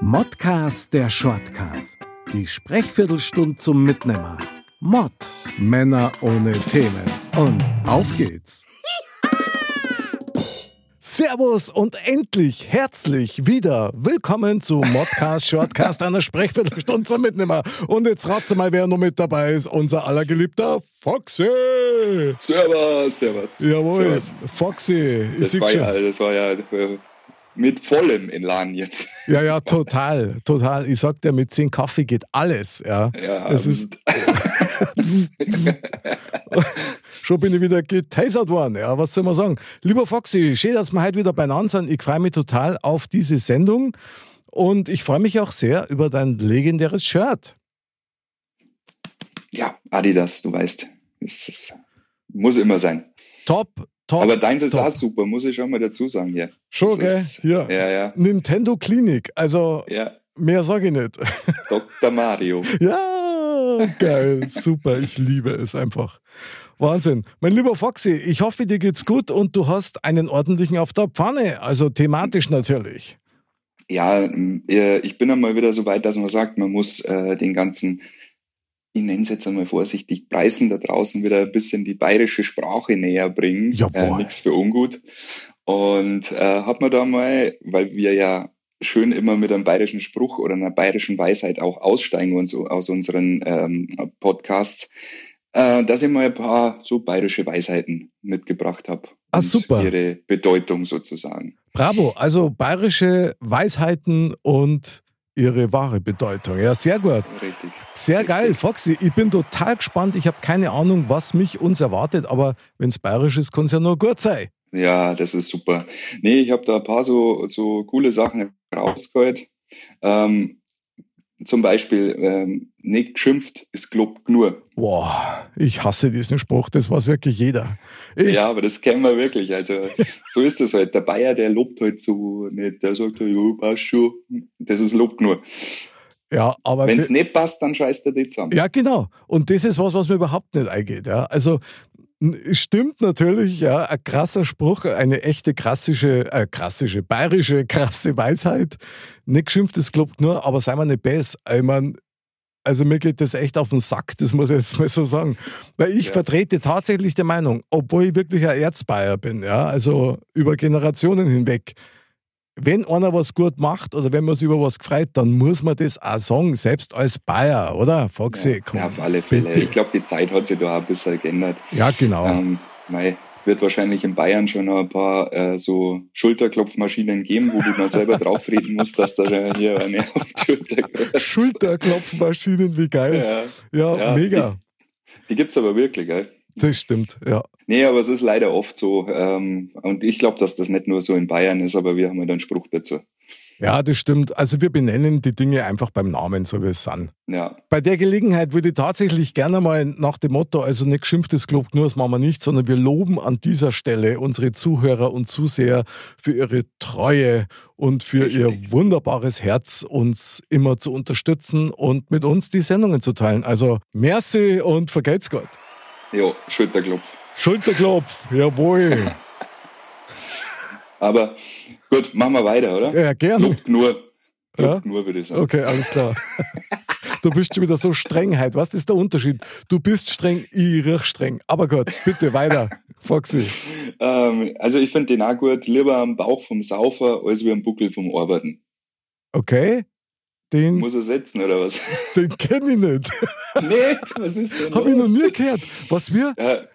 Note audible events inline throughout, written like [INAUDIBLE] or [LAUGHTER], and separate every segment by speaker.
Speaker 1: Modcast der Shortcast. Die Sprechviertelstunde zum Mitnehmer. Mod. Männer ohne Themen. Und auf geht's. Servus und endlich herzlich wieder willkommen zu Modcast Shortcast einer Sprechviertelstunde zum Mitnehmer. Und jetzt ratet mal, wer noch mit dabei ist. Unser allergeliebter Foxy.
Speaker 2: Servus, servus.
Speaker 1: Jawohl,
Speaker 2: Servus.
Speaker 1: Foxy. Ich
Speaker 2: Das
Speaker 1: sehe
Speaker 2: war,
Speaker 1: schon.
Speaker 2: ja, das war ja äh, mit vollem Elan jetzt. [LAUGHS]
Speaker 1: Ja, ja, total, total. Ich sag dir, mit 10 Kaffee geht alles. Ja,
Speaker 2: Ja,
Speaker 1: es ist schon bin ich wieder getasert worden. Ja, was soll man sagen? Lieber Foxy, schön, dass wir heute wieder beieinander sind. Ich freue mich total auf diese Sendung und ich freue mich auch sehr über dein legendäres Shirt.
Speaker 2: ja, Adidas, du weißt. Es ist, muss immer sein.
Speaker 1: Top, top.
Speaker 2: Aber deins ist
Speaker 1: top.
Speaker 2: auch super, muss ich schon mal dazu sagen hier.
Speaker 1: schon, gell?
Speaker 2: das-
Speaker 1: Hier.
Speaker 2: Ja, ja.
Speaker 1: Nintendo Klinik. Also
Speaker 2: Ja,
Speaker 1: mehr sage ich nicht. [LAUGHS]
Speaker 2: Dr. Mario.
Speaker 1: Ja, geil, super, ich liebe es einfach. Wahnsinn. Mein lieber Foxy, ich hoffe, dir geht's gut und du hast einen ordentlichen auf der Pfanne, also thematisch natürlich.
Speaker 2: Ja, ähm, äh, ich bin einmal wieder so weit, dass man sagt, man muss äh, den ganzen, ich nenne es jetzt einmal vorsichtig, Preisen da draußen wieder ein bisschen die bayerische Sprache näher bringen.
Speaker 1: Jawohl.
Speaker 2: Äh, Nichts für ungut. Und äh, hat man da mal, weil wir ja schön immer mit einem bayerischen Spruch oder einer bayerischen Weisheit auch aussteigen und so aus unseren ähm, Podcasts, äh, dass ich mal ein paar so bayerische Weisheiten mitgebracht habe.
Speaker 1: Ah,
Speaker 2: Und
Speaker 1: super.
Speaker 2: Ihre Bedeutung sozusagen.
Speaker 1: Bravo, also bayerische Weisheiten und ihre wahre Bedeutung. Ja, sehr gut.
Speaker 2: Richtig.
Speaker 1: Sehr geil, Foxy. Ich bin total gespannt. Ich habe keine Ahnung, was mich uns erwartet, aber wenn's bayerisch ist, kann's ja nur gut sein.
Speaker 2: Ja, das ist super. Nee, ich habe da ein paar so, so coole Sachen rausgehört. Ähm, zum Beispiel, ähm, nicht geschimpft ist gelobt nur.
Speaker 1: Boah, ich hasse diesen Spruch, das weiß wirklich jeder. Ich
Speaker 2: Ja, aber das kennen wir wirklich. Also so ist das halt. Der Bayer, der lobt halt so nicht. Der sagt halt, ja, passt schon. Das ist lobt nur.
Speaker 1: Ja, aber
Speaker 2: Wenn es nicht passt, dann scheißt er die zusammen.
Speaker 1: Ja, genau. Und das ist was, was mir überhaupt nicht eingeht. Ja. Also n- stimmt natürlich, ja, ein krasser Spruch, eine echte krassische, äh, krassische, bayerische, [LAUGHS] krasse Weisheit. Nicht geschimpft, das glaubt nur, aber sei mal nicht bess. Ich mein, also mir geht das echt auf den Sack, das muss ich jetzt mal so sagen. Weil ich
Speaker 2: Ja.
Speaker 1: vertrete tatsächlich die Meinung, obwohl ich wirklich ein Erzbayer bin, ja, also über Generationen hinweg. Wenn einer was gut macht oder wenn man sich über was gefreut, dann muss man das auch sagen, selbst als Bayer, oder? Foxy, komm.
Speaker 2: ja, auf alle Fälle.
Speaker 1: bitte.
Speaker 2: Ich glaube, die Zeit hat sich da auch ein bisschen geändert.
Speaker 1: Ja, genau.
Speaker 2: Ähm, mei, wird wahrscheinlich in Bayern schon noch ein paar äh, so Schulterklopfmaschinen geben, wo du
Speaker 1: [LAUGHS]
Speaker 2: dann selber drauf treten musst, dass da schon hier eine auf die Schulter kommt.
Speaker 1: Schulterklopfmaschinen, wie geil.
Speaker 2: ja,
Speaker 1: Ja,
Speaker 2: Ja,
Speaker 1: mega.
Speaker 2: Die gibt's aber wirklich, gell?
Speaker 1: Das stimmt, ja.
Speaker 2: Nee, aber es ist leider oft so. Ähm, und ich glaube, dass das nicht nur so in Bayern ist, aber wir haben halt einen Spruch dazu.
Speaker 1: Ja, das stimmt. Also wir benennen die Dinge einfach beim Namen, so wie es sind.
Speaker 2: Ja,
Speaker 1: Bei der Gelegenheit würde ich tatsächlich gerne mal nach dem Motto, also nicht geschimpftes Lob, nur das machen wir nicht, sondern wir loben an dieser Stelle unsere Zuhörer und Zuseher für ihre Treue und für ihr
Speaker 2: Richtig.
Speaker 1: wunderbares Herz, uns immer zu unterstützen und mit uns die Sendungen zu teilen. Also merci und vergelt's Gott.
Speaker 2: ja, Schulterklopf.
Speaker 1: Schulterklopf, jawohl.
Speaker 2: Aber gut, machen wir weiter, oder?
Speaker 1: Ja, gern.
Speaker 2: Lob nur.
Speaker 1: Ja.
Speaker 2: Lob nur, würde ich sagen.
Speaker 1: Okay, alles klar. Du bist schon wieder so streng heute. Was ist der Unterschied? Du bist streng, ich riech streng. Aber gut, bitte weiter, Foxy.
Speaker 2: Ähm, also ich finde den auch gut, lieber am Bauch vom Saufer als wie am Buckel vom Arbeiten.
Speaker 1: Okay? Den,
Speaker 2: Muss er setzen, oder was?
Speaker 1: den kenne ich
Speaker 2: [LAUGHS]
Speaker 1: nicht.
Speaker 2: Nee, was ist denn
Speaker 1: Hab ich noch
Speaker 2: los?
Speaker 1: nie gehört. Was wir?
Speaker 2: Ja,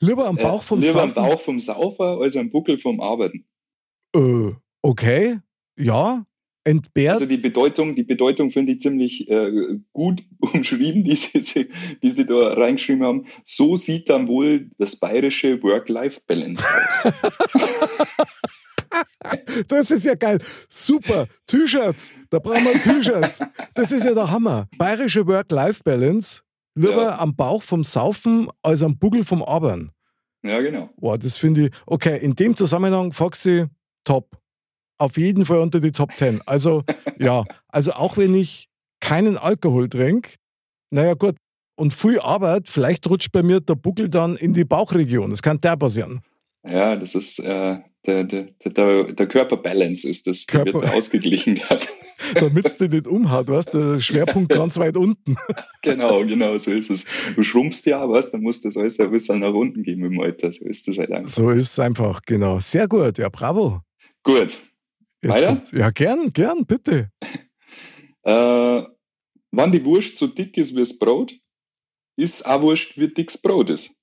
Speaker 1: Lieber am Bauch vom
Speaker 2: Äh, lieber am
Speaker 1: Saufen?
Speaker 2: Bauch vom Saufer als am Buckel vom Arbeiten.
Speaker 1: Äh, okay, ja. Entbehrt.
Speaker 2: Also die Bedeutung, die Bedeutung finde ich ziemlich äh, gut [LAUGHS] umschrieben, die sie, sie- die sie da reingeschrieben haben. So sieht dann wohl das bayerische Work-Life-Balance aus.
Speaker 1: das ist ja geil. Super. T-Shirts. Da brauchen wir T-Shirts. Das ist ja der Hammer. Bayerische Work-Life-Balance. Lieber
Speaker 2: Ja.
Speaker 1: am Bauch vom Saufen als am Buckel vom Arbeiten.
Speaker 2: ja, genau.
Speaker 1: Boah, das finde ich. Okay, in dem Zusammenhang, Foxy, top. Auf jeden Fall unter die Top 10. Also, ja, also auch wenn ich keinen Alkohol trinke, naja, gut, und viel Arbeit, vielleicht rutscht bei mir der Buckel dann in die Bauchregion. Das kann der passieren.
Speaker 2: Ja, das ist äh, der, der, der, der Körperbalance ist das, die
Speaker 1: Körper-
Speaker 2: wird da ausgeglichen. grad.
Speaker 1: damit es dich nicht umhaut, weißt der Schwerpunkt ganz weit unten.
Speaker 2: [LAUGHS] Genau, genau, so ist es. Du schrumpfst ja, weißt dann musst du das alles ein bisschen nach unten gehen mit dem Alter. So ist das halt einfach.
Speaker 1: So ist es einfach, genau. Sehr gut, ja, bravo.
Speaker 2: Gut.
Speaker 1: Jetzt
Speaker 2: Weiter?
Speaker 1: kommt's- ja, gern, gern, bitte.
Speaker 2: Äh, wann die Wurst so dick ist wie das Brot, ist auch wurscht, wie dick das
Speaker 1: [LAUGHS]
Speaker 2: Brot ist.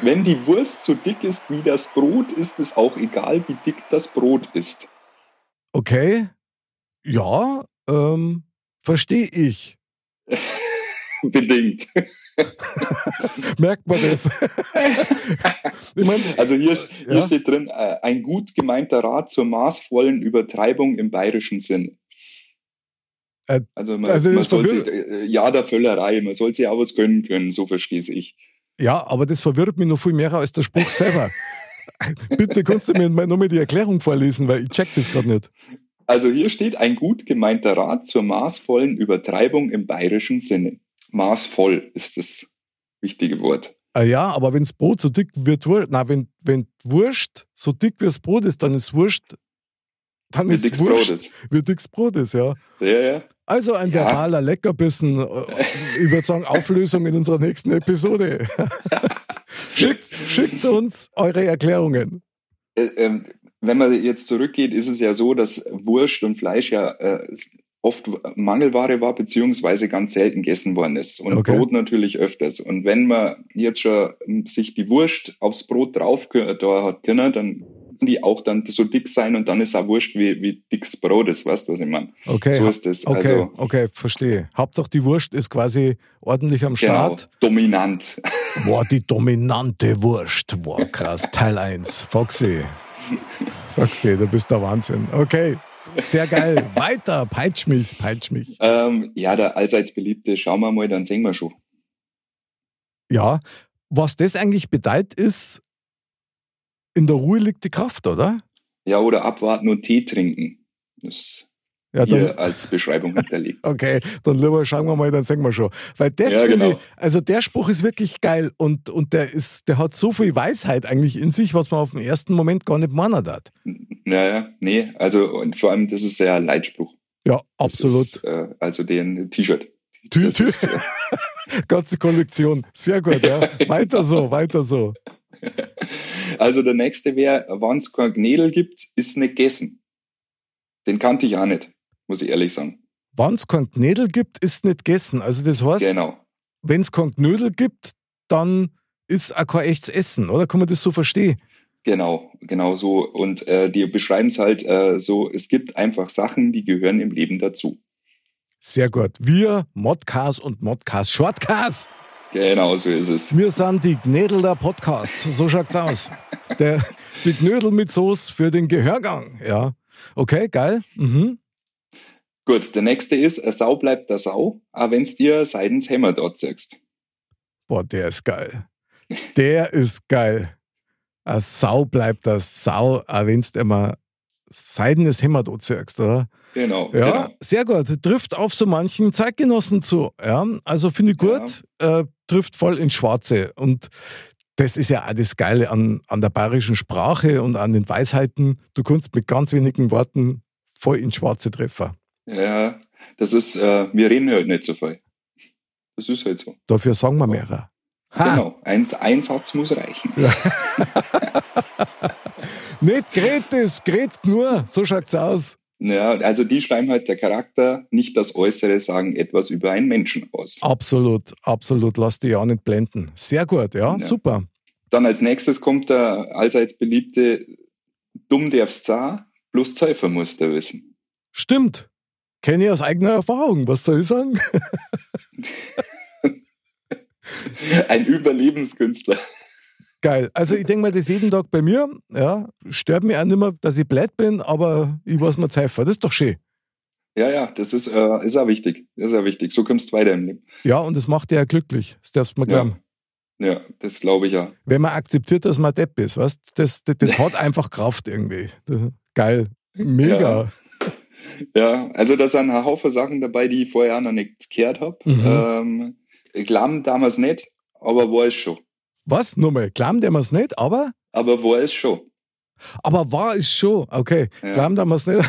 Speaker 2: Wenn die Wurst so dick ist wie das Brot, ist es auch egal, wie dick das Brot ist. [LAUGHS]
Speaker 1: Okay. Ja, ähm, verstehe ich.
Speaker 2: Bedingt.
Speaker 1: Merkt man
Speaker 2: [LAUGHS]
Speaker 1: das? ich meine,
Speaker 2: Also hier, hier
Speaker 1: Ja.
Speaker 2: steht drin, äh, ein gut gemeinter Rat zur maßvollen Übertreibung im bayerischen Sinn.
Speaker 1: Äh,
Speaker 2: Also man,
Speaker 1: also das
Speaker 2: man
Speaker 1: ist
Speaker 2: soll
Speaker 1: verwirrend.
Speaker 2: sich, äh, ja der Völlerei, man soll sich auch was gönnen können, so verstehe ich.
Speaker 1: ja, aber das verwirrt mich noch viel mehr als der Spruch selber. Bitte kannst du mir mal- nochmal die Erklärung vorlesen, weil ich check das gerade nicht.
Speaker 2: Also hier steht ein gut gemeinter Rat zur maßvollen Übertreibung im bayerischen Sinne. Maßvoll ist das wichtige Wort.
Speaker 1: Ah ja, aber wenn das Brot so dick wird, Wur- na wenn, wenn Wurst so dick wie das Brot ist, dann ist Wurst, dann
Speaker 2: Wie
Speaker 1: ist
Speaker 2: dick das
Speaker 1: Wurst,
Speaker 2: Brot ist.
Speaker 1: wie dick das Brot ist, ja.
Speaker 2: Ja, ja.
Speaker 1: Also ein
Speaker 2: Ja.
Speaker 1: verbaler Leckerbissen, äh, ich würde sagen Auflösung in unserer nächsten
Speaker 2: [LAUGHS]
Speaker 1: Episode. schickt, schickt uns eure Erklärungen.
Speaker 2: Äh, ähm, Wenn man jetzt zurückgeht, ist es ja so, dass Wurst und Fleisch ja äh, oft Mangelware war, beziehungsweise ganz selten gegessen worden ist. Und
Speaker 1: Okay.
Speaker 2: Brot natürlich öfters. Und wenn man jetzt schon ähm, sich die Wurst aufs Brot drauf ge- da hat können, dann kann die auch dann so dick sein und dann ist auch Wurst wie, wie dickes Brot ist, weißt du, was ich meine?
Speaker 1: Okay,
Speaker 2: So ist es.
Speaker 1: okay,
Speaker 2: Also,
Speaker 1: okay, verstehe. Hauptsache die Wurst ist quasi ordentlich am
Speaker 2: genau,
Speaker 1: Start.
Speaker 2: dominant. [LAUGHS]
Speaker 1: Boah, die dominante Wurst. Boah,
Speaker 2: [LAUGHS]
Speaker 1: krass. Teil 1. Foxy. Foxy, du bist der Wahnsinn. Okay, sehr geil. Weiter, peitsch mich, peitsch mich.
Speaker 2: Ähm, ja, der allseits beliebte, schauen wir mal, dann sehen wir schon.
Speaker 1: Ja, was das eigentlich bedeutet ist, in der Ruhe liegt die Kraft, oder?
Speaker 2: Ja, oder abwarten und Tee trinken. Das
Speaker 1: Ja, dann,
Speaker 2: hier als
Speaker 1: [LAUGHS]
Speaker 2: Beschreibung hinterlegt.
Speaker 1: Okay, dann lieber schauen wir mal, dann sehen wir schon. Weil das
Speaker 2: Ja,
Speaker 1: finde
Speaker 2: genau.
Speaker 1: ich, also der Spruch ist wirklich geil und, und der ist, der hat so viel Weisheit eigentlich in sich, was man auf den ersten Moment gar nicht meinen hat.
Speaker 2: Naja, nee, also und vor allem, das ist ja ein Leitspruch.
Speaker 1: Ja,
Speaker 2: Das
Speaker 1: absolut.
Speaker 2: Ist, äh, also den T-Shirt.
Speaker 1: Tü,
Speaker 2: Das
Speaker 1: tü,
Speaker 2: ist, äh,
Speaker 1: [LAUGHS] ganze Kollektion. Sehr gut, ja. Weiter so, weiter so.
Speaker 2: also der nächste wäre, wann es kein Gnädel gibt, ist nicht gegessen. Den kannte ich auch nicht, muss ich ehrlich sagen.
Speaker 1: Wann es kein Knödel gibt, ist nicht gegessen. Also das heißt,
Speaker 2: Genau.
Speaker 1: wenn es kein Knödel gibt, dann ist auch kein echtes Essen, oder? Kann man das so verstehen?
Speaker 2: Genau, genau so. Und äh, die beschreiben es halt äh, so, es gibt einfach Sachen, die gehören im Leben dazu.
Speaker 1: Sehr gut. Wir, Modcast und Modcast Shortcast.
Speaker 2: Genau so ist es.
Speaker 1: Wir sind die Gnädel der Podcasts, so schaut's aus. Der, die Knödel mit Soße für den Gehörgang, ja. Okay, geil. Mhm.
Speaker 2: Gut, der nächste ist, eine Sau bleibt der Sau, auch wenn dir seitens Hämmer dort sagst.
Speaker 1: Boah, der ist geil. Der ist geil. A Sau bleibt a Sau, auch wenn's dir mal seidenes Hämmert anziehst, oder?
Speaker 2: Genau,
Speaker 1: Ja,
Speaker 2: genau.
Speaker 1: sehr gut. Trifft auf so manchen Zeitgenossen zu. Ja, also finde ich gut. Äh, trifft voll ins Schwarze. Und das ist ja auch das Geile an, an der bayerischen Sprache und an den Weisheiten. Du kannst mit ganz wenigen Worten voll ins Schwarze treffen.
Speaker 2: Ja, das ist, äh, wir reden halt nicht so viel. Das ist halt so.
Speaker 1: Dafür sagen wir mehrere. Ha,
Speaker 2: Genau, ein, ein Satz muss reichen.
Speaker 1: Nicht gret es, gret nur. So schaut's aus.
Speaker 2: Ja, also die schreiben halt der Charakter, nicht das Äußere, sagen etwas über einen Menschen aus.
Speaker 1: Absolut, absolut. Lass dich auch nicht blenden. Sehr gut, ja,
Speaker 2: Ja.
Speaker 1: super.
Speaker 2: Dann als nächstes kommt der allseits beliebte, dumm darfst sein, bloß Zäufer musst du wissen.
Speaker 1: Stimmt. Kenne ich aus eigener Erfahrung. Was soll ich sagen?
Speaker 2: Ein Überlebenskünstler.
Speaker 1: Geil. Also ich denke mal, das jeden Tag bei mir. Ja, stört mich auch nicht mehr, dass ich blöd bin, aber ich weiß mir Zeit vor. Das ist doch schön.
Speaker 2: Ja, ja, das ist, äh, ist auch wichtig. Das ist auch wichtig. So kommst du weiter im Leben.
Speaker 1: Ja, und das macht dich ja glücklich. Das darfst du mir glauben.
Speaker 2: Ja, ja das glaube ich ja.
Speaker 1: Wenn man akzeptiert, dass man Depp ist, weißt du, das, das, das hat einfach Kraft irgendwie. Das- Geil. Mega.
Speaker 2: Ja, also da sind ein Haufen Sachen dabei, die ich vorher auch noch nicht gehört habe.
Speaker 1: Mhm.
Speaker 2: Ähm, glauben damals nicht, aber war es schon.
Speaker 1: Was? Nochmal, glauben der man es nicht, aber
Speaker 2: Aber war es schon.
Speaker 1: Aber wahr ist schon. Okay,
Speaker 2: Ja.
Speaker 1: glauben da wir es nicht.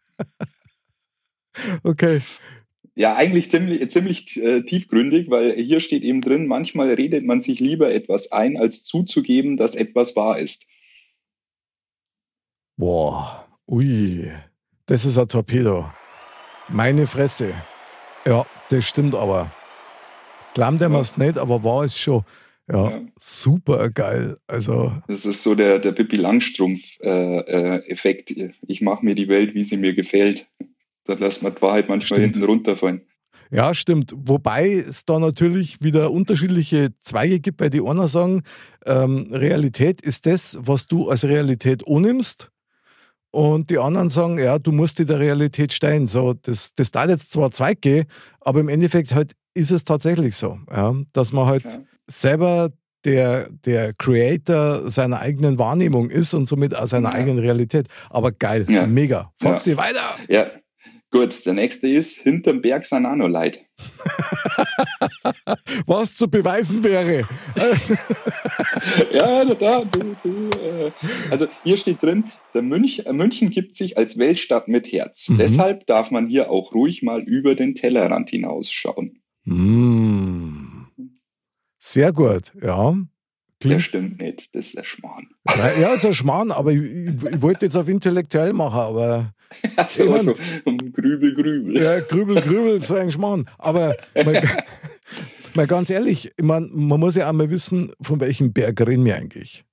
Speaker 1: [LAUGHS] okay.
Speaker 2: Ja, eigentlich ziemlich, ziemlich äh, tiefgründig, weil hier steht eben drin, manchmal redet man sich lieber etwas ein, als zuzugeben, dass etwas wahr ist.
Speaker 1: Boah, ui, das ist ein Torpedo. Meine Fresse. Ja, das stimmt aber. Glauben wir
Speaker 2: Ja.
Speaker 1: es nicht, aber wahr ist schon. Ja,
Speaker 2: Ja.
Speaker 1: super geil. Also,
Speaker 2: Das ist so der, der Pippi Langstrumpf-Effekt. ich mache mir die Welt, wie sie mir gefällt. Da lässt man die Wahrheit manchmal
Speaker 1: Stimmt.
Speaker 2: hinten runterfallen.
Speaker 1: Ja, stimmt. Wobei es da natürlich wieder unterschiedliche Zweige gibt, weil die einen sagen, ähm, Realität ist das, was du als Realität annimmst. Und die anderen sagen, ja, du musst dir der Realität stellen. So, das, das da jetzt zwar Zweig gehen, aber im Endeffekt halt ist es tatsächlich so, ja, dass man halt
Speaker 2: Ja.
Speaker 1: selber der, der Creator seiner eigenen Wahrnehmung ist und somit auch seiner
Speaker 2: Ja.
Speaker 1: eigenen Realität. Aber geil,
Speaker 2: Ja.
Speaker 1: mega. Foxy, weiter!
Speaker 2: Ja, gut. Der nächste ist, hinterm Berg sind auch noch Leute. [LAUGHS]
Speaker 1: Was zu beweisen wäre.
Speaker 2: Ja, da, da, du, du, äh. Also hier steht drin, der Münch, äh, München gibt sich als Weltstadt mit Herz.
Speaker 1: Mhm.
Speaker 2: Deshalb darf man hier auch ruhig mal über den Tellerrand hinausschauen.
Speaker 1: Mm. Sehr gut, ja.
Speaker 2: Der
Speaker 1: Klingt,
Speaker 2: stimmt nicht, das ist der Schmarrn.
Speaker 1: ja, ist ein Schmarrn, aber ich, ich, ich wollte jetzt auf intellektuell machen, aber Ich mein-
Speaker 2: [LAUGHS] Um grübel, grübel.
Speaker 1: ja, Grübel, Grübel, so ein Schmarrn. Aber mal, [LAUGHS] mal ganz ehrlich, ich mein, man muss ja einmal wissen, von welchem Berg reden wir eigentlich.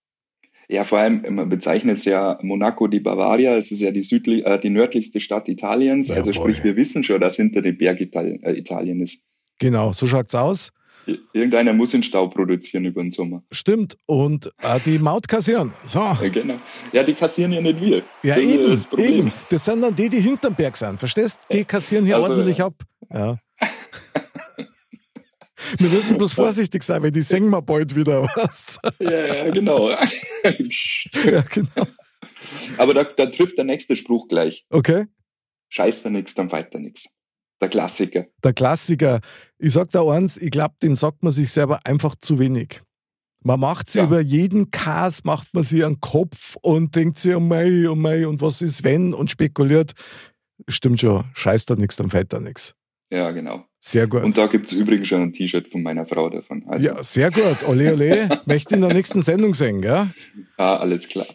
Speaker 2: Ja, vor allem, man bezeichnet es ja Monaco di Bavaria, es ist ja die, südli äh, die nördlichste Stadt Italiens, also
Speaker 1: Jawohl.
Speaker 2: sprich, wir wissen schon, dass hinter dem Berg Italien, äh, Italien ist.
Speaker 1: Genau, so schaut's aus.
Speaker 2: Ir- Irgendeiner muss den Stau produzieren über den Sommer.
Speaker 1: Stimmt, und äh, die Maut kassieren. So,
Speaker 2: Ja, genau. Ja, die kassieren ja
Speaker 1: [LAUGHS]
Speaker 2: nicht wir.
Speaker 1: ja,
Speaker 2: das ist
Speaker 1: eben,
Speaker 2: das Problem.
Speaker 1: eben. Das sind dann die, die hinterm Berg sind, verstehst? Die kassieren hier
Speaker 2: Also,
Speaker 1: ordentlich ab. Ja. Wir müssen
Speaker 2: [LAUGHS]
Speaker 1: bloß vorsichtig sein, weil die singen wir bald wieder, [LAUGHS] weißt
Speaker 2: Ja, ja, genau. [LAUGHS]
Speaker 1: Ja, genau.
Speaker 2: Aber da, da trifft der nächste Spruch gleich.
Speaker 1: Okay.
Speaker 2: Scheiß da nix, dann weiter nix. Der Klassiker.
Speaker 1: Der Klassiker. Ich sag da eins, ich glaube, den sagt man sich selber einfach zu wenig. Man macht sie
Speaker 2: Ja.
Speaker 1: über jeden Kas, macht man sie einen Kopf und denkt sich, oh mei, oh mei, und was ist wenn und spekuliert. Stimmt schon, scheiß da nix, dann fällt da nix.
Speaker 2: Ja, genau.
Speaker 1: Sehr gut.
Speaker 2: Und da gibt's übrigens schon ein T-Shirt von meiner Frau davon. Also,
Speaker 1: ja, sehr gut. Ole,
Speaker 2: [LAUGHS]
Speaker 1: ole. Möchte in der nächsten Sendung sehen, gell?
Speaker 2: ah, alles klar.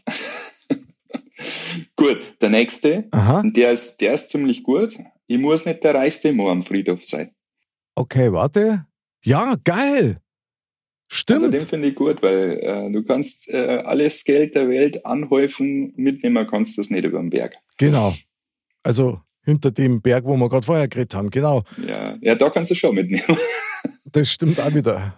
Speaker 2: [LAUGHS] gut, der nächste,
Speaker 1: Aha.
Speaker 2: der ist, der ist ziemlich gut. Ich muss nicht der reichste Mo am Friedhof sein.
Speaker 1: Okay, warte. Ja, geil.
Speaker 2: Also den
Speaker 1: Stimmt.
Speaker 2: finde ich gut, weil äh, du kannst äh, alles Geld der Welt anhäufen, mitnehmen kannst du das nicht über den Berg.
Speaker 1: Genau. Also hinter dem Berg, wo wir gerade vorher geredet haben. Genau.
Speaker 2: Ja, ja da kannst du schon mitnehmen.
Speaker 1: Das stimmt auch wieder.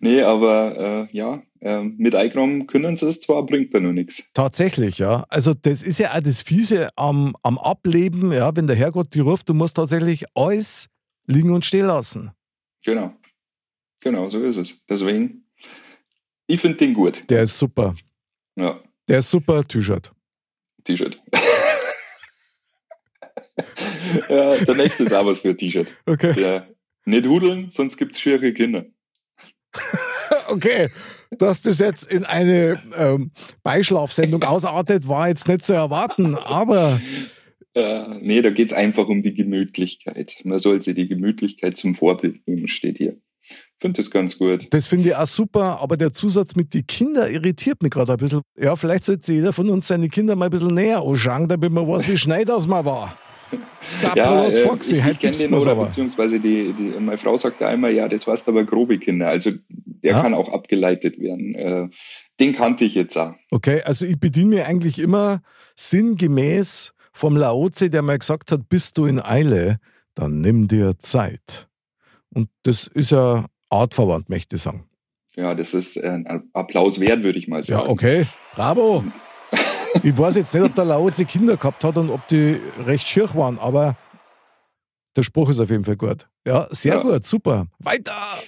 Speaker 2: Nee, aber äh, ja, ähm, mit Eigram können sie es zwar, bringt da nur nichts.
Speaker 1: Tatsächlich, ja. Also das ist ja auch das Fiese am, am Ableben, ja, wenn der Herrgott die ruft, du musst tatsächlich alles liegen und stehen lassen.
Speaker 2: Genau. Genau, so ist es. Deswegen, ich finde den gut.
Speaker 1: Der ist super.
Speaker 2: Ja,
Speaker 1: Der ist super, T-Shirt.
Speaker 2: T-Shirt. [LAUGHS] ja, der nächste ist auch was für ein T-Shirt.
Speaker 1: Okay.
Speaker 2: Der nicht hudeln, sonst gibt's schiere Kinder.
Speaker 1: Okay. Dass das jetzt in eine ähm, Beischlafsendung ausartet, war jetzt nicht zu erwarten, aber
Speaker 2: Äh, nee, da geht's einfach um die Gemütlichkeit. Man soll sich die Gemütlichkeit zum Vorbild nehmen, steht hier. Finde das ganz gut.
Speaker 1: das finde ich auch super. Aber der Zusatz mit die Kinder irritiert mich gerade ein bisschen. Ja, vielleicht sollte jeder von uns seine Kinder mal ein bisschen näher anschauen, damit man weiß, wie schnell das mal war. Sapperlot
Speaker 2: äh,
Speaker 1: Foxy,
Speaker 2: ich,
Speaker 1: heute
Speaker 2: ich
Speaker 1: halt
Speaker 2: kenne
Speaker 1: gibt's
Speaker 2: den
Speaker 1: bloß
Speaker 2: oder
Speaker 1: aber.
Speaker 2: beziehungsweise die, die, meine Frau sagt da immer, ja, das warst aber grobe Kinder. Also der
Speaker 1: Ja.
Speaker 2: kann auch abgeleitet werden. Äh, den kannte ich jetzt auch.
Speaker 1: Okay, also ich bediene mir eigentlich immer sinngemäß vom Laozi, der mal gesagt hat, bist du in Eile, dann nimm dir Zeit. Und das ist ja artverwandt, möchte ich sagen.
Speaker 2: Ja, das ist äh, ein Applaus wert, würde ich mal
Speaker 1: Ja,
Speaker 2: sagen.
Speaker 1: okay. Bravo! Ich weiß jetzt nicht, ob der Laozi Kinder gehabt hat und ob die recht schier waren, aber der Spruch ist auf jeden Fall gut. Ja, sehr
Speaker 2: Ja.
Speaker 1: gut, super. Weiter! [LAUGHS]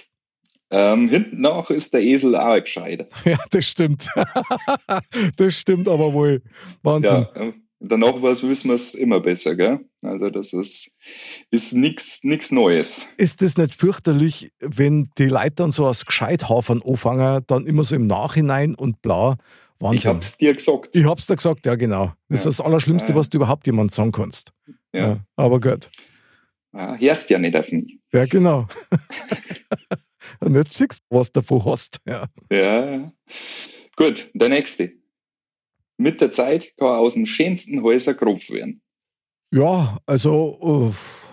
Speaker 2: Ähm, hinten noch ist der Esel auch ein gescheiter.
Speaker 1: Ja, das stimmt. [LAUGHS] Das stimmt aber wohl. Wahnsinn.
Speaker 2: Ja, äh, danach was wissen wir es immer besser, gell? Also das ist, ist nichts nix Neues.
Speaker 1: Ist das nicht fürchterlich, wenn die Leute dann so als Gescheithafern anfangen, dann immer so im Nachhinein und bla? Wahnsinn.
Speaker 2: Ich hab's dir gesagt.
Speaker 1: Ich hab's dir gesagt, ja genau. Das
Speaker 2: Ja.
Speaker 1: ist das Allerschlimmste,
Speaker 2: Ja.
Speaker 1: was du überhaupt jemand sagen kannst.
Speaker 2: Ja.
Speaker 1: aber gut.
Speaker 2: Ah, Hörst ja nicht auf mich.
Speaker 1: Ja, genau. [LAUGHS] Und jetzt siehst du, was du davon hast. Ja.
Speaker 2: Ja. ja. Gut, der nächste. Mit der Zeit kann aus dem schönsten Häuser grob werden.
Speaker 1: Ja, also, uff.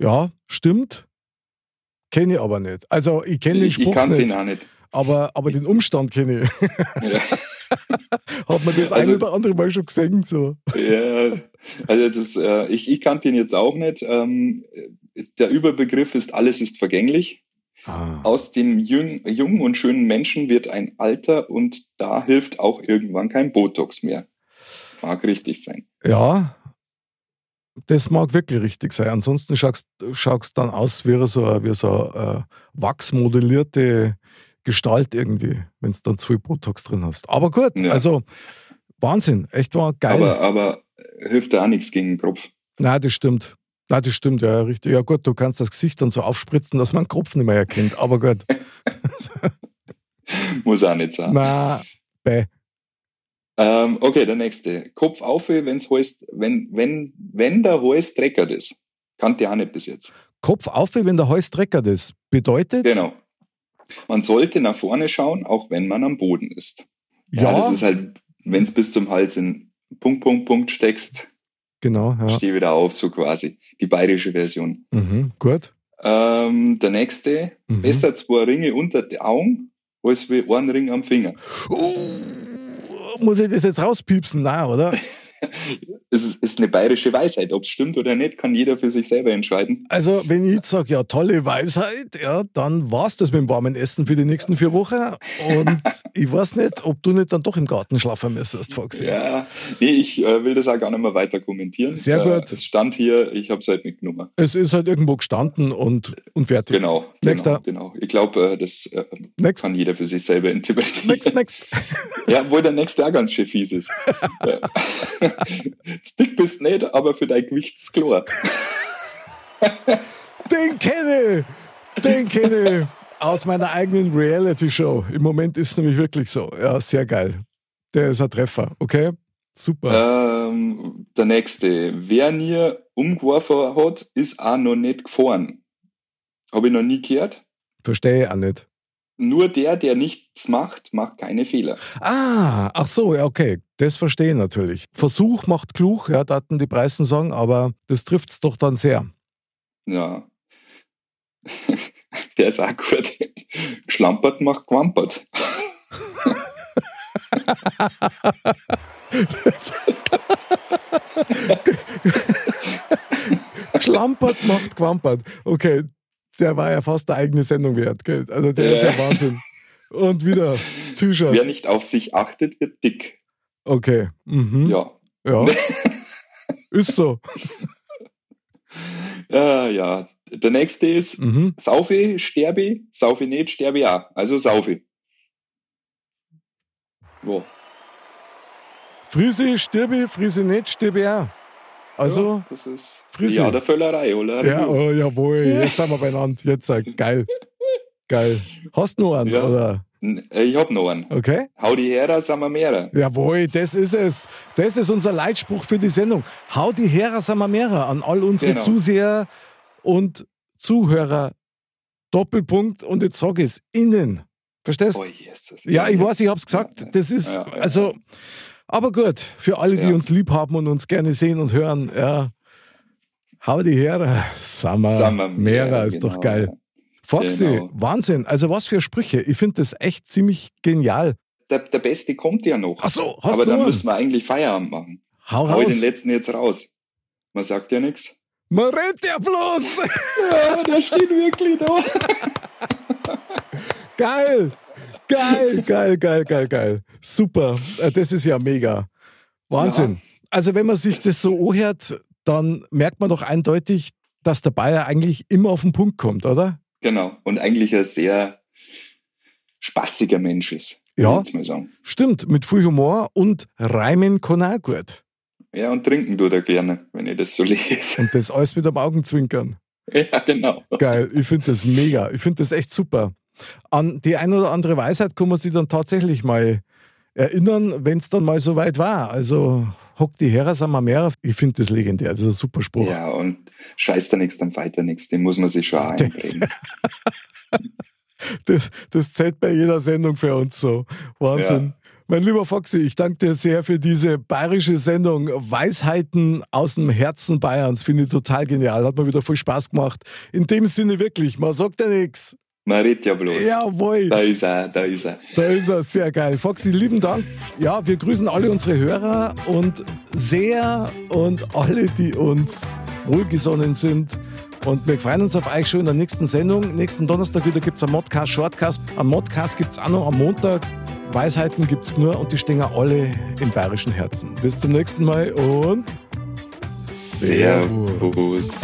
Speaker 1: ja, stimmt. Kenne ich aber nicht. Also, ich kenne den
Speaker 2: Ich, ich
Speaker 1: Spruch
Speaker 2: kannte ihn
Speaker 1: nicht,
Speaker 2: auch nicht.
Speaker 1: aber, aber den Umstand kenne ich.
Speaker 2: Ja.
Speaker 1: [LAUGHS] Hat man das
Speaker 2: Also-
Speaker 1: ein oder andere Mal schon gesehen. So.
Speaker 2: Ja, also das ist, äh, ich, ich kannte ihn jetzt auch nicht. Ähm, der Überbegriff ist, alles ist vergänglich. Aus dem jüng, jungen und schönen Menschen wird ein alter und da hilft auch irgendwann kein Botox mehr. Mag richtig sein.
Speaker 1: Ja, das mag wirklich richtig sein. Ansonsten schaust schaust dann aus wie so eine, wie so eine äh, wachsmodellierte Gestalt irgendwie, wenn du dann zu viel Botox drin hast. Aber gut,
Speaker 2: Ja.
Speaker 1: also Wahnsinn, echt war geil.
Speaker 2: Aber, aber hilft da auch nichts gegen den Kopf.
Speaker 1: Nein, das stimmt. Nein, das stimmt, ja, richtig. Ja, gut, du kannst das Gesicht dann so aufspritzen, dass man den Kopf nicht mehr erkennt. Aber gut,
Speaker 2: Muss auch nicht sein.
Speaker 1: na,
Speaker 2: Ähm, okay, der nächste. Kopf auf, wenn's heißt, wenn, wenn, wenn der Hals dreckert ist. Kannte ich auch nicht bis jetzt.
Speaker 1: Kopf auf, wie wenn der Hals dreckert ist. Bedeutet,
Speaker 2: Genau. Man sollte nach vorne schauen, auch wenn man am Boden ist. Ja, das
Speaker 1: ja,
Speaker 2: ist halt, wenn es bis zum Hals in Punkt, Punkt, Punkt steckst,
Speaker 1: genau, ja.
Speaker 2: steh wieder auf, so quasi. Die bayerische Version.
Speaker 1: Mhm, gut.
Speaker 2: Ähm, der nächste,
Speaker 1: Mhm.
Speaker 2: besser zwei Ringe unter die Augen, als wie ein Ring am Finger.
Speaker 1: Uh, muss ich das jetzt rauspiepsen? Nein, oder?
Speaker 2: Es ist, ist eine bayerische Weisheit. Ob es stimmt oder nicht, kann jeder für sich selber entscheiden.
Speaker 1: Also, wenn ich jetzt sage, ja, tolle Weisheit, ja, dann war's das mit dem warmen Essen für die nächsten vier Wochen. Und ich weiß nicht, ob du nicht dann doch im Garten schlafen müsstest, Foxy.
Speaker 2: Ja, nee, ich äh, will das auch gar nicht mehr weiter kommentieren.
Speaker 1: Sehr gut.
Speaker 2: Äh, es stand hier, ich habe es halt nicht genommen.
Speaker 1: Es ist halt irgendwo gestanden und, und fertig.
Speaker 2: Genau.
Speaker 1: Nächster.
Speaker 2: Genau. genau. Ich glaube, äh, das äh,
Speaker 1: Next,
Speaker 2: kann jeder für sich selber interpretieren.
Speaker 1: next, next.
Speaker 2: [LAUGHS] Ja, wo der nächste auch ganz schön
Speaker 1: [LAUGHS]
Speaker 2: fies ist. [LAUGHS] Ja. Stick bist nicht, aber für dein Gewicht ist klar.
Speaker 1: Den kenne ich! Den kenne ich! Aus meiner eigenen Reality-Show. Im Moment ist es nämlich wirklich so. Ja, sehr geil. Der ist ein Treffer, okay? Super.
Speaker 2: Ähm, der nächste. Wer nie umgeworfen hat, ist auch noch nicht gefahren. Habe ich noch nie gehört.
Speaker 1: Verstehe ich auch nicht.
Speaker 2: Nur der, der nichts macht, macht keine Fehler.
Speaker 1: Ah, ach so, ja, okay. Das verstehe ich natürlich. Versuch macht klug, ja, da hatten die Preisen sagen, aber das trifft es doch dann [LAUGHS] sehr.
Speaker 2: Ja. [LAUGHS] Der ist auch gut. Schlampert macht gewampert.
Speaker 1: Schlampert macht Quampert. Okay, der war ja fast der eigene Sendung wert, gell? Also der ist ja
Speaker 2: Ja.
Speaker 1: Wahnsinn. Und wieder
Speaker 2: Wer
Speaker 1: T-Shirt.
Speaker 2: nicht auf sich achtet, wird dick.
Speaker 1: Okay. Mhm.
Speaker 2: Ja.
Speaker 1: Ja. [LAUGHS] Ist so.
Speaker 2: Ja, Äh, ja. Der nächste ist,
Speaker 1: Mhm.
Speaker 2: Saufe, sterbe, saufe nicht, sterbe ja. Also saufe. Wo?
Speaker 1: Frisi, stirbi, Frisi nicht, stirbi auch. Also,
Speaker 2: ja, das ist
Speaker 1: Frissi.
Speaker 2: ja der Völlerei, oder?
Speaker 1: ja, oh, jawohl, jetzt sind wir beieinander. Jetzt, äh, geil. Geil. Hast du noch einen,
Speaker 2: Ja.
Speaker 1: oder?
Speaker 2: N- äh, Ich hab noch einen.
Speaker 1: Okay.
Speaker 2: Hau die her, sind wir mehrere.
Speaker 1: Jawohl, das ist es. Das ist unser Leitspruch für die Sendung. Hau die Hera Samamera an all unsere
Speaker 2: Genau.
Speaker 1: Zuseher und Zuhörer. Doppelpunkt und jetzt sag ich's, innen. Verstehst?
Speaker 2: Oh, Jesus.
Speaker 1: ja, ich
Speaker 2: jetzt-
Speaker 1: weiß, ich hab's gesagt.
Speaker 2: Ja, ja.
Speaker 1: Das ist,
Speaker 2: Ja, ja,
Speaker 1: also, aber gut, für alle, die
Speaker 2: Ja.
Speaker 1: uns lieb haben und uns gerne sehen und hören, ja. Hau die Hera
Speaker 2: Sind wir
Speaker 1: Samamera ist
Speaker 2: genau,
Speaker 1: doch geil.
Speaker 2: ja.
Speaker 1: Foxy,
Speaker 2: Genau.
Speaker 1: Wahnsinn. Also was für Sprüche. Ich finde das echt ziemlich genial.
Speaker 2: Der, der Beste kommt ja noch.
Speaker 1: Ach so, hast
Speaker 2: Aber
Speaker 1: du
Speaker 2: dann
Speaker 1: einen?
Speaker 2: müssen wir eigentlich Feierabend machen.
Speaker 1: Hau
Speaker 2: Hau ich den
Speaker 1: raus.
Speaker 2: letzten jetzt raus. Man sagt ja nichts.
Speaker 1: Man redet ja bloß! [LAUGHS]
Speaker 2: Ja, der steht wirklich da.
Speaker 1: Geil! Geil, geil, geil, geil, geil. Super. Äh, Das ist ja mega. Wahnsinn. Also, wenn man sich das so anhört, dann merkt man doch eindeutig, dass der Bayer eigentlich immer auf den Punkt kommt, oder?
Speaker 2: Genau. Und eigentlich ein sehr spaßiger Mensch ist.
Speaker 1: Ja.
Speaker 2: würd ich jetzt mal sagen.
Speaker 1: Stimmt, mit viel Humor und Reimen kann auch gut.
Speaker 2: Ja, und trinken tut er gerne, wenn ich das so [LAUGHS] lese.
Speaker 1: Und das alles mit einem Augenzwinkern.
Speaker 2: ja, genau.
Speaker 1: Geil, ich finde das mega. Ich finde das echt super. An die ein oder andere Weisheit kann man sich dann tatsächlich mal erinnern, wenn es dann mal so weit war. Also hock die Heras am Meer. Ich finde das legendär. Das ist ein super Spruch.
Speaker 2: Ja, und scheiß da nichts, dann weiter nichts. Den muss man sich schon einbringen.
Speaker 1: Das, das zählt bei jeder Sendung für uns so. Wahnsinn.
Speaker 2: Ja.
Speaker 1: Mein lieber Foxy, ich danke dir sehr für diese bayerische Sendung. Weisheiten aus dem Herzen Bayerns finde ich total genial. Hat mir wieder viel Spaß gemacht. In dem Sinne wirklich, man sagt ja nichts.
Speaker 2: Man redet ja bloß.
Speaker 1: Jawohl.
Speaker 2: Da ist er, da ist er.
Speaker 1: Da ist er, sehr geil. Foxy, lieben Dank. Ja, wir grüßen alle unsere Hörer und sehr und alle, die uns wohlgesonnen sind. Und wir freuen uns auf euch schon in der nächsten Sendung. Nächsten Donnerstag wieder gibt es einen Modcast, Shortcast. Am Modcast gibt es auch noch am Montag. Weisheiten gibt es nur und die stehen auch alle im bayerischen Herzen. Bis zum nächsten Mal und
Speaker 2: Servus.